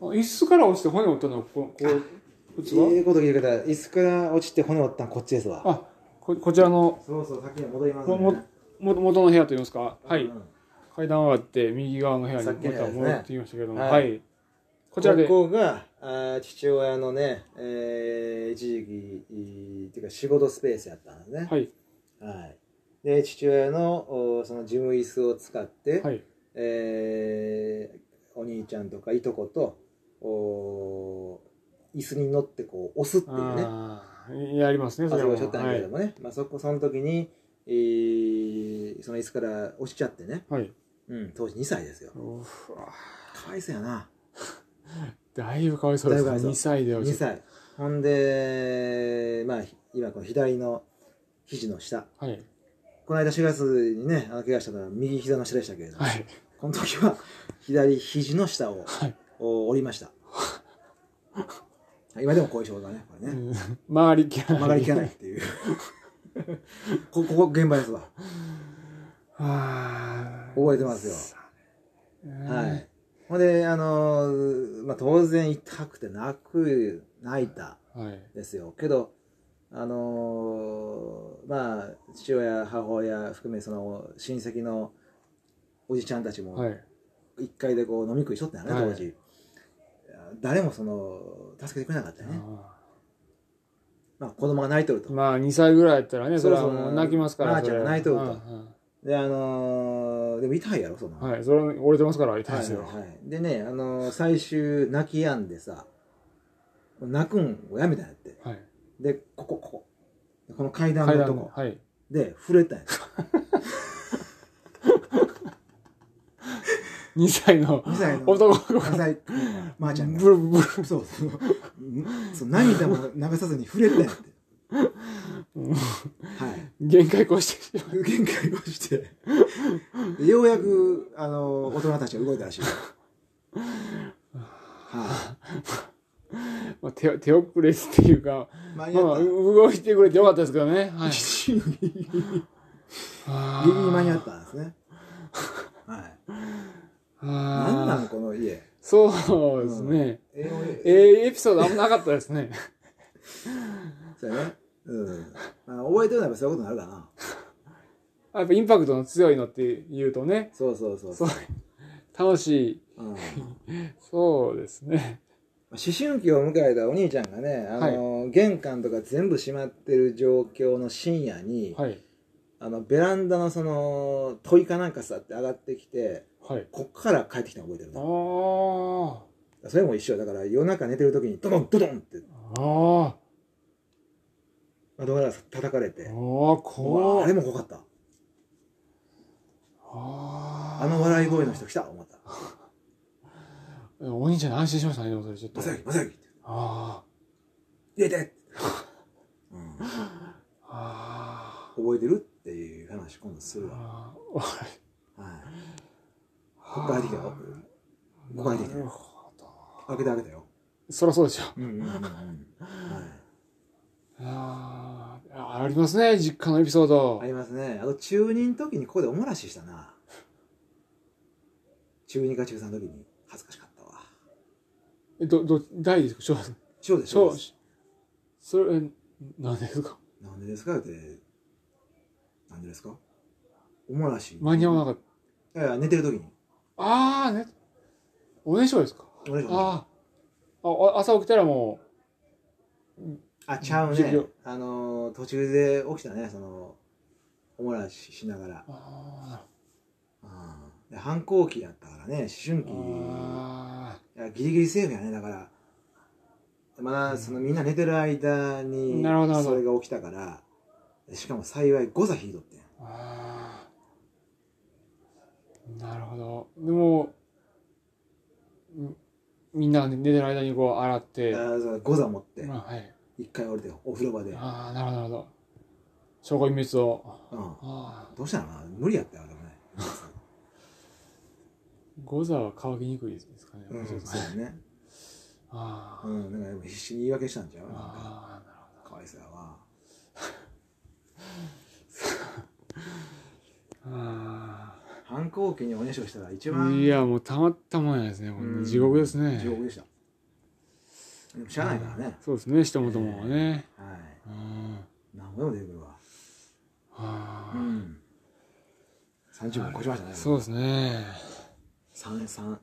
Speaker 5: あ椅子から落ちて骨折ったのはここここっちは、
Speaker 6: ええこと聞いてくれた椅子から落ちて骨折ったんこっちですわ
Speaker 5: あここちらの
Speaker 6: そうそう先に戻ります
Speaker 5: ももも元の部屋といいますか、は
Speaker 6: う
Speaker 5: い、
Speaker 6: ん
Speaker 5: 階段上がって右側の部屋に
Speaker 6: さ
Speaker 5: ま
Speaker 6: っきの
Speaker 5: た
Speaker 6: やつね
Speaker 5: 戻ってきましたけども、
Speaker 6: はい
Speaker 5: はい、こちらで、
Speaker 6: ここがあー父親のね、えー一時期えーっていうか仕事スペースやったんですね
Speaker 5: はい、
Speaker 6: はい、で父親のおその事務椅子を使って、
Speaker 5: はい、
Speaker 6: えーお兄ちゃんとかいとことお椅子に乗ってこう押すっていうね
Speaker 5: あーやりますね、そ
Speaker 6: 遊
Speaker 5: れ
Speaker 6: び
Speaker 5: は。
Speaker 6: をしょったんや
Speaker 5: は
Speaker 6: け
Speaker 5: い
Speaker 6: ど、もね、まあ、そこその時に、えーその椅子から落ちちゃってね、
Speaker 5: はい、
Speaker 6: うん、当時2歳ですよ
Speaker 5: おふわ
Speaker 6: かわいそうやな
Speaker 5: だいぶかわいそうです
Speaker 6: だいぶかわいそう
Speaker 5: 2歳で落
Speaker 6: 2
Speaker 5: ちて、
Speaker 6: 歳ほんでまあひ今この左の肘の下
Speaker 5: はい、
Speaker 6: この間4月にねあの怪我したのは右膝の下でしたけれども、
Speaker 5: はい、
Speaker 6: この時は左肘の下を
Speaker 5: はい
Speaker 6: お折りました。今でも後遺症がね、これ
Speaker 5: う
Speaker 6: ね、
Speaker 5: ん曲がりきらない。
Speaker 6: 曲がりきらないっていう。 こここ現場ですわ。
Speaker 5: あー
Speaker 6: 覚えてますよ。は。い。ほんで、あのーまあ、当然痛くて泣く、泣いた
Speaker 5: はい、
Speaker 6: ですよ。けど、あのーまあ、父親、母親含め、その、親戚のおじちゃんたちも、
Speaker 5: はい、
Speaker 6: 一階でこう飲み食いしとったよね、
Speaker 5: はい
Speaker 6: 当時。誰もその、助けてくれなかったよね。
Speaker 5: あ
Speaker 6: まあ、子供が泣いとると
Speaker 5: ー。まあ2歳ぐらいやったらね、それは
Speaker 6: そうそう
Speaker 5: もう泣きますから、
Speaker 6: まあ
Speaker 5: それ
Speaker 6: ちゃんが泣いとると
Speaker 5: うんうん
Speaker 6: で、あのーでも痛いやろ、その。
Speaker 5: はい、それは折れてますから、痛いですよ。
Speaker 6: はいはいでね、あのー最終、泣き止んでさ、泣くんをやめたんやって。
Speaker 5: はい。
Speaker 6: で、ここ、ここ。この階段
Speaker 5: 階
Speaker 6: のと
Speaker 5: 段
Speaker 6: こ
Speaker 5: の。はい。
Speaker 6: で、触れたん や。
Speaker 5: 2歳の
Speaker 6: 2歳の
Speaker 5: 男の子が、
Speaker 6: 浅井君が、まー、ちゃんが。
Speaker 5: ブルブル。
Speaker 6: そうそう。んそう涙も流さずに触れたんやって。はい。
Speaker 5: 限界越してし
Speaker 6: 限界をして。でようやく、あのー大人たちが動いたらしいよ。は
Speaker 5: まう。まあ、手、手遅れっていうか、
Speaker 6: い、間に
Speaker 5: まあ
Speaker 6: 合
Speaker 5: ま
Speaker 6: っ
Speaker 5: あ、
Speaker 6: た。
Speaker 5: 動いてくれてよかったですけどね。 はい。
Speaker 6: ギリギリ間に合
Speaker 5: っ
Speaker 6: ったんですね。はい。
Speaker 5: た。
Speaker 6: なんな
Speaker 5: あ
Speaker 6: ん
Speaker 5: ー
Speaker 6: この家。
Speaker 5: そうですね。
Speaker 6: え
Speaker 5: ええエピソードあんまなかったですね。
Speaker 6: そうやね。うん。まあ、覚えてるのはやっぱそういうことになるかな。
Speaker 5: あやっぱインパクトの強いのって言うとね、
Speaker 6: そうそうそう
Speaker 5: そ
Speaker 6: そうう。、
Speaker 5: 楽し
Speaker 6: うんま
Speaker 5: い。そうですね。
Speaker 6: あ思春期を迎えたお兄ちゃんがね、あの、玄関とか全部閉まってる状況の深夜に、
Speaker 5: はい。
Speaker 6: あの、ベランダのその、問いかなんかさって上がってきて、
Speaker 5: はい。
Speaker 6: こっから帰ってきたの覚えてる
Speaker 5: あ
Speaker 6: な。
Speaker 5: あ。
Speaker 6: それも一緒だから、夜中寝てる時にドドンドドンって、
Speaker 5: ああ。
Speaker 6: 窓ガラス叩かれて、
Speaker 5: ああ、
Speaker 6: うわ
Speaker 5: こ
Speaker 6: あれ
Speaker 5: う。
Speaker 6: も怖かった。
Speaker 5: あ
Speaker 6: あの笑い声の人来た思った。
Speaker 5: あ。お兄ちゃん安心しましたね、でもそれちょっと。
Speaker 6: まさき、まさきって。
Speaker 5: あ
Speaker 6: 言えて、うん、覚
Speaker 5: あ。あ
Speaker 6: えてるっていう話今度する
Speaker 5: あ。
Speaker 6: わ。
Speaker 5: あ
Speaker 6: はい。
Speaker 5: あ。
Speaker 6: こっから入ってきたよ。こっから入ってきた
Speaker 5: なる
Speaker 6: よ。
Speaker 5: ほど。
Speaker 6: 開けて開けたよ。
Speaker 5: そりゃそうでしょ。
Speaker 6: うんうんうんうん。はい。
Speaker 5: ああ。ありますね、実家のエピソード
Speaker 6: あ。りますね。あと中二の時にここでおもらししたな。中二か中三の時に恥ずかしかったわ。
Speaker 5: え、ど、ど、大ですか小、
Speaker 6: そうでしょ
Speaker 5: 小、。それ、え何ですか
Speaker 6: なんでですかって。なんでですかおもらし。
Speaker 5: 間に合わなかっ
Speaker 6: いやいや、寝てる時に。
Speaker 5: ああ、ね。おねしょですか。
Speaker 6: 俺でも
Speaker 5: あーあ。あ朝起きたらも
Speaker 6: あ、ちゃう
Speaker 5: 授
Speaker 6: ね
Speaker 5: 業。
Speaker 6: あのー、途中で起きたね、その、おもらししながら
Speaker 5: う。。あ
Speaker 6: うんで反抗期やったからね、思春
Speaker 5: ー
Speaker 6: 期。
Speaker 5: あ
Speaker 6: いや、ギリギリセーフやね、だから。まだ、そのみんな寝てる間に、
Speaker 5: なるほどなるほ
Speaker 6: そ
Speaker 5: ど
Speaker 6: れが起きたから、しかも幸い誤差引いとってん。
Speaker 5: ー。あーなるほど。でも、んみんなが寝てる間にこう洗って、
Speaker 6: あーそう誤差持って、
Speaker 5: まあ、はい。
Speaker 6: 一回俺でお風呂場で。うん。
Speaker 5: ああ、なるほど、なるほど。証拠隠滅を。ああ。
Speaker 6: どうしたのかな無理やったよ、でもね。
Speaker 5: ゴザは乾きにくいですかね。
Speaker 6: うん、そうやね。
Speaker 5: あ
Speaker 6: う
Speaker 5: ー
Speaker 6: ん、なんかでも必死に言い訳したんちゃうなんか、
Speaker 5: あー、なるほ
Speaker 6: かわいそうやわ。
Speaker 5: ど。ああ。
Speaker 6: 反抗期におねしょしたら一番。
Speaker 5: いやもうたまったもんやですね、こ
Speaker 6: うん
Speaker 5: んな地獄ですね
Speaker 6: 地獄でした。でもしゃあないからね。
Speaker 5: そうですね人もともはね、
Speaker 6: は
Speaker 5: うん
Speaker 6: い。何もでも出てくるわ。
Speaker 5: は
Speaker 6: う
Speaker 5: あ
Speaker 6: ん。30分越しましたね。
Speaker 5: そうですね
Speaker 6: 三三。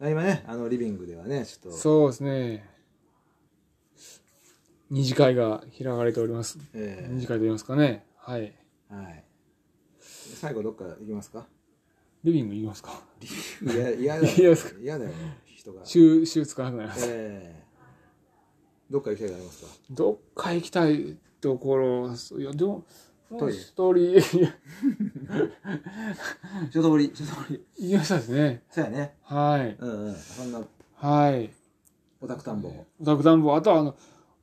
Speaker 6: あ今ね、あのリビングではね、ちょっと、
Speaker 5: そうですね二次会が開かれております
Speaker 6: え
Speaker 5: 二次会と言いますかねはい
Speaker 6: ーはい。最後どっか行きます か。
Speaker 5: リビング行きますか
Speaker 6: いや、嫌だ
Speaker 5: いや
Speaker 6: よ。嫌だよ。人が。
Speaker 5: 週週つかなくなります
Speaker 6: えーどっか行きたいとありますか。
Speaker 5: どっか行きたいところそういやでもも
Speaker 6: ト
Speaker 5: う
Speaker 6: イレ
Speaker 5: 一人いや
Speaker 6: 人通り、人通り。
Speaker 5: 行きましたですね
Speaker 6: そうやね。
Speaker 5: はい
Speaker 6: うんうん。そんな
Speaker 5: はい
Speaker 6: オタク田んぼ。
Speaker 5: お宅暖房あとはあの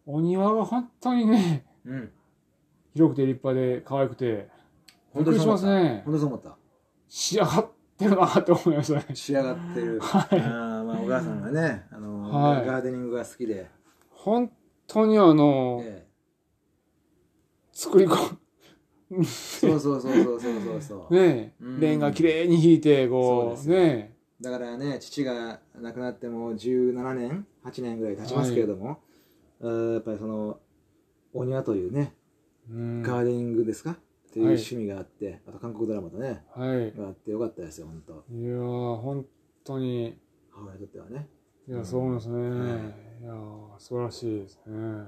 Speaker 5: お庭が本当にね
Speaker 6: うん。
Speaker 5: 広くて立派で可愛くてびっくりし
Speaker 6: そう思
Speaker 5: ま
Speaker 6: っ
Speaker 5: す
Speaker 6: た
Speaker 5: ね
Speaker 6: 本当にそう思った。
Speaker 5: 仕上がってるなって思いましたね
Speaker 6: 仕上がってる。はい。あーまあお母さんがね、あのー、
Speaker 5: はい
Speaker 6: ガーデニングが好きで。
Speaker 5: 本当にあの、
Speaker 6: え
Speaker 5: 作り込
Speaker 6: えそうそうそうそうそうそうそう。
Speaker 5: むねえ
Speaker 6: うん
Speaker 5: レンガきれいに引いてこ
Speaker 6: そううです
Speaker 5: ね
Speaker 6: よ
Speaker 5: え
Speaker 6: だからね、父が亡くなってもう17年、8年ぐらい経ちますけれども、うーやっぱりその、お庭というね、
Speaker 5: うん
Speaker 6: ガ
Speaker 5: は
Speaker 6: ーデニングですか、っていう
Speaker 5: はい
Speaker 6: 趣味があって、あと韓国ドラマとね、
Speaker 5: いい
Speaker 6: があってよかったですよ、本当
Speaker 5: やー本当に
Speaker 6: 母親にとってはね。
Speaker 5: いうや
Speaker 6: ん
Speaker 5: そう思いますね、
Speaker 6: はい
Speaker 5: いやー素晴らしいですね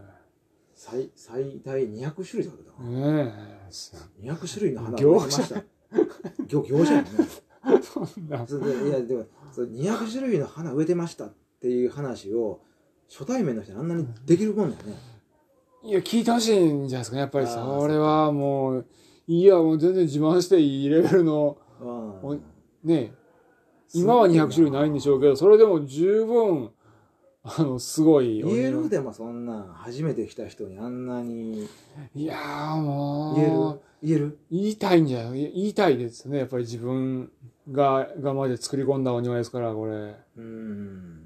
Speaker 6: 最、最大200種類だったかな。
Speaker 5: ねえ
Speaker 6: 200種類の花を
Speaker 5: 業
Speaker 6: 植えて
Speaker 5: 者
Speaker 6: ました。業業者やもんね。
Speaker 5: そんな
Speaker 6: それでいや、でも、その200種類の花植えてましたっていう話を、初対面の人にあんなにできるもんだよね。
Speaker 5: いや聞いてほしいんじゃないですかやっぱり
Speaker 6: あー
Speaker 5: それはもういやもう全然自慢していいレベルの
Speaker 6: う
Speaker 5: お
Speaker 6: ん
Speaker 5: ねえ今は200種類ないんでしょうけどそれでも十分あのすごいお
Speaker 6: 言
Speaker 5: 庭
Speaker 6: えるでもそんなん初めて来た人にあんなに
Speaker 5: いやーもう
Speaker 6: 言える言える
Speaker 5: 言いたいんじゃない言いたいですねやっぱり自分ががまで作り込んだお庭ですからこれ
Speaker 6: うーん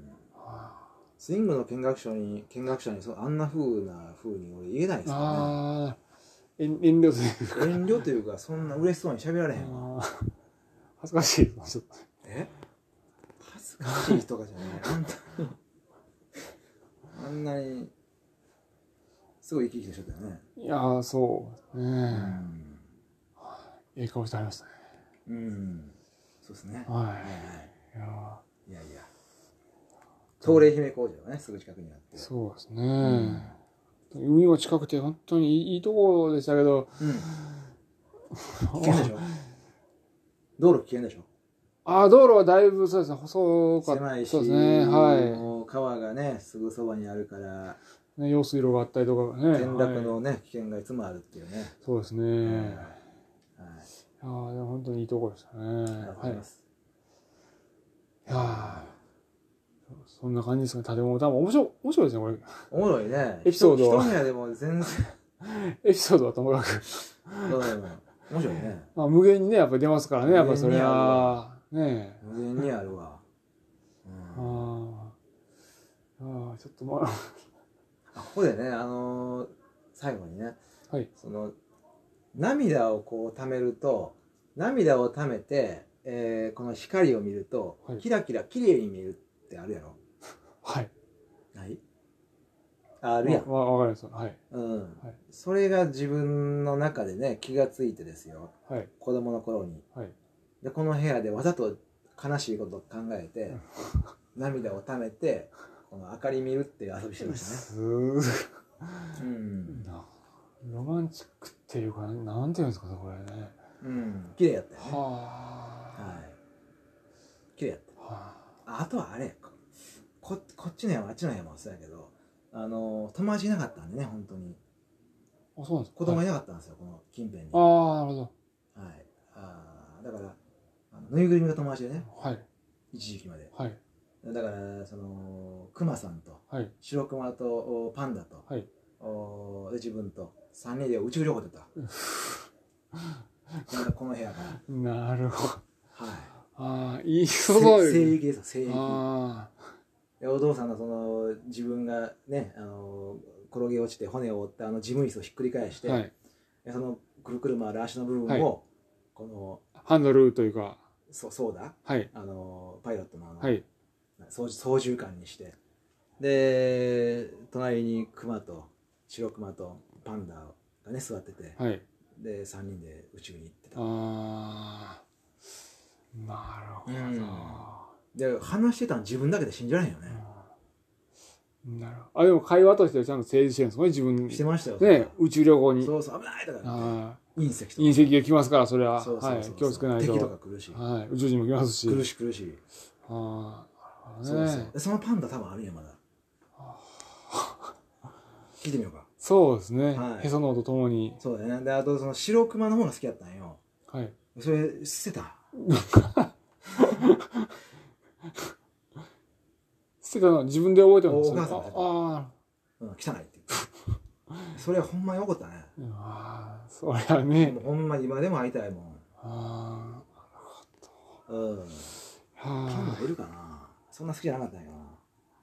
Speaker 6: スイングの見学者に見学者にそあんな風な風に俺言えないですか
Speaker 5: ああ遠遠慮する
Speaker 6: らね遠慮というかそんな嬉しそうに喋られへんわ
Speaker 5: あー恥ずかしいですちょっと
Speaker 6: え恥ずかしいとかじゃ ないあんたあんなにすごい生き生きとしちゃったよね
Speaker 5: いやーそう
Speaker 6: う
Speaker 5: ね
Speaker 6: ん
Speaker 5: えええ顔してありましたね
Speaker 6: うんそうですね
Speaker 5: は
Speaker 6: はいはい
Speaker 5: いいやー
Speaker 6: いやいや東霊姫工場がねすぐ近くにあって
Speaker 5: そうですね、海も近くて本当にいいいいところでしたけど
Speaker 6: うん危険でしょ 道路危険でしょ
Speaker 5: あー道路はだいぶそうですね細かった
Speaker 6: 狭いし
Speaker 5: そうですねは
Speaker 6: もう川がねすぐそばにあるから
Speaker 5: い、ね、用水路があったりとかね
Speaker 6: 転落
Speaker 5: はい
Speaker 6: のね、危険がいつもあるっていうね、
Speaker 5: そうですね、
Speaker 6: はい
Speaker 5: いやーでも本当にいいとこでしたね。
Speaker 6: ありがとうご
Speaker 5: はい。
Speaker 6: ざい
Speaker 5: い
Speaker 6: ます、
Speaker 5: やーそんな感じですね。建物多分面白い、面白いですね、こ
Speaker 6: おもろいね
Speaker 5: エピソード
Speaker 6: 一
Speaker 5: は
Speaker 6: 部屋でも全然
Speaker 5: れ。エピソードはともかく。
Speaker 6: どうでも面白いね
Speaker 5: まあ、無限にね、やっぱり出ますからね、やっぱそれは。ねえ。
Speaker 6: 無限にあるわ、う
Speaker 5: あ
Speaker 6: ん、
Speaker 5: ーあー。ちょっとまあ、
Speaker 6: あここでねあのー最後にね、
Speaker 5: はい
Speaker 6: その涙をこう貯めると涙を貯めて、えーこの光を見ると、
Speaker 5: はい
Speaker 6: キラキラ綺麗に見えるってあるやろ
Speaker 5: はい。
Speaker 6: ないあるやん。
Speaker 5: わわかります。はい。
Speaker 6: うん
Speaker 5: はい。
Speaker 6: それが自分の中でね、気がついてですよ。
Speaker 5: はい。
Speaker 6: 子供の頃に。
Speaker 5: はい。
Speaker 6: で、この部屋でわざと悲しいことを考えて、涙をためて、この明かり見るっていう遊びしてましたね。
Speaker 5: すー
Speaker 6: うん。
Speaker 5: なロマンチックっていうか、なんていうんですかね、これね。
Speaker 6: うん。綺麗やったよね。
Speaker 5: は
Speaker 6: はい。綺麗やった。
Speaker 5: あ。は
Speaker 6: ああとはあれやこここっちの山あっちの山もそうやけどあの友達いなかったんでね本当に
Speaker 5: あ。あ、そうなんですか。
Speaker 6: 子供
Speaker 5: はい
Speaker 6: いなかったんですよ、この近辺に
Speaker 5: あ
Speaker 6: はい
Speaker 5: あ、なるほ
Speaker 6: あーだからあのぬいぐるみが友達でね
Speaker 5: ど。はい。
Speaker 6: 一時期まで
Speaker 5: はい。
Speaker 6: だからそのクマさんと
Speaker 5: はい。
Speaker 6: 白クマとおパンダと、
Speaker 5: はい
Speaker 6: おで自分と3人で宇宙旅行出 たなんかこの部屋から
Speaker 5: なるほど。
Speaker 6: はい
Speaker 5: ああ、いい、そうそう。
Speaker 6: せ聖域ですよ聖域
Speaker 5: あ
Speaker 6: でお父さんのその自分がねあの転げ落ちて骨を折ったあの事務室をひっくり返して、
Speaker 5: あ。はい。
Speaker 6: でそのくるくる回る足の部分を、
Speaker 5: はい
Speaker 6: この
Speaker 5: ハンドルというか、
Speaker 6: そそうだ
Speaker 5: はい。
Speaker 6: あのパイロットのあの、
Speaker 5: はい。
Speaker 6: 操縦操縦桿にしてで隣にクマと白クマとパンダがね座ってて、
Speaker 5: はい。
Speaker 6: で3人で宇宙に行ってた
Speaker 5: ああ。なるほど。
Speaker 6: うんで話してたの自分だけで信じられへんよね、
Speaker 5: なるほど。あ、でも会話としてはちゃんと政治してるんですもんね、自分
Speaker 6: してましたよ、
Speaker 5: ね、宇宙旅行に。
Speaker 6: そうそう危ないとか言って
Speaker 5: あ
Speaker 6: 隕石と
Speaker 5: あ
Speaker 6: か
Speaker 5: 隕石が来ますから、それは。
Speaker 6: そうそうそう
Speaker 5: はい。気をつけない
Speaker 6: 敵とか
Speaker 5: と。
Speaker 6: 来るし、
Speaker 5: はい。宇宙人も来ますし。
Speaker 6: 苦しい苦しい、
Speaker 5: ああ。なる
Speaker 6: そ
Speaker 5: ほど
Speaker 6: う
Speaker 5: ね
Speaker 6: そうでそのパンダ多分あるんやま だ聞いてみようか
Speaker 5: そうですね、
Speaker 6: はい
Speaker 5: へその音ともに。
Speaker 6: そうだよねであとその白熊の方が好きやったんよ
Speaker 5: はい。
Speaker 6: それ捨てた
Speaker 5: 捨てたの自分で覚えてるんです
Speaker 6: お母さんがやっ
Speaker 5: あ
Speaker 6: た
Speaker 5: あ
Speaker 6: うん汚いって それはほんまに怒ったね
Speaker 5: ー。ああ、そりゃね
Speaker 6: も。うほんまに今でも会いたいもん
Speaker 5: あ
Speaker 6: うん
Speaker 5: あ。
Speaker 6: パン
Speaker 5: は
Speaker 6: ダいるかなそんな好きじゃなかったんやな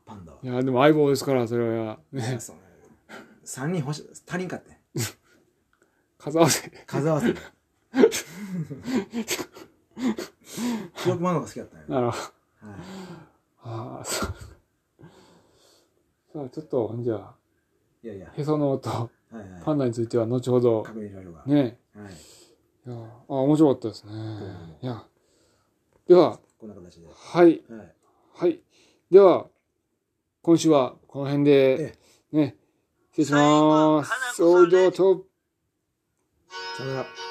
Speaker 6: パンダはい
Speaker 5: や、でも相棒ですから、それは。
Speaker 6: い
Speaker 5: ね。
Speaker 6: やその3人欲し足りんかってん
Speaker 5: 数合わせ。
Speaker 6: 数合わせ で白熊の方が好きやったんや、
Speaker 5: なるほど。
Speaker 6: はい
Speaker 5: ああ、そう。さあ、ちょっと、じゃあ、
Speaker 6: いやいや、
Speaker 5: へその音、
Speaker 6: はいはい、
Speaker 5: パンダについては後ほど。
Speaker 6: 確認されるわ。
Speaker 5: ね。
Speaker 6: はい、
Speaker 5: いや、あ面白かったですね
Speaker 6: ん。
Speaker 5: いや。では、
Speaker 6: こんな形で。は
Speaker 5: はい。
Speaker 6: い、
Speaker 5: はい。では、今週はこの辺で、ね、失礼します。
Speaker 4: 最後は花子さんで
Speaker 5: と、
Speaker 6: さよなら。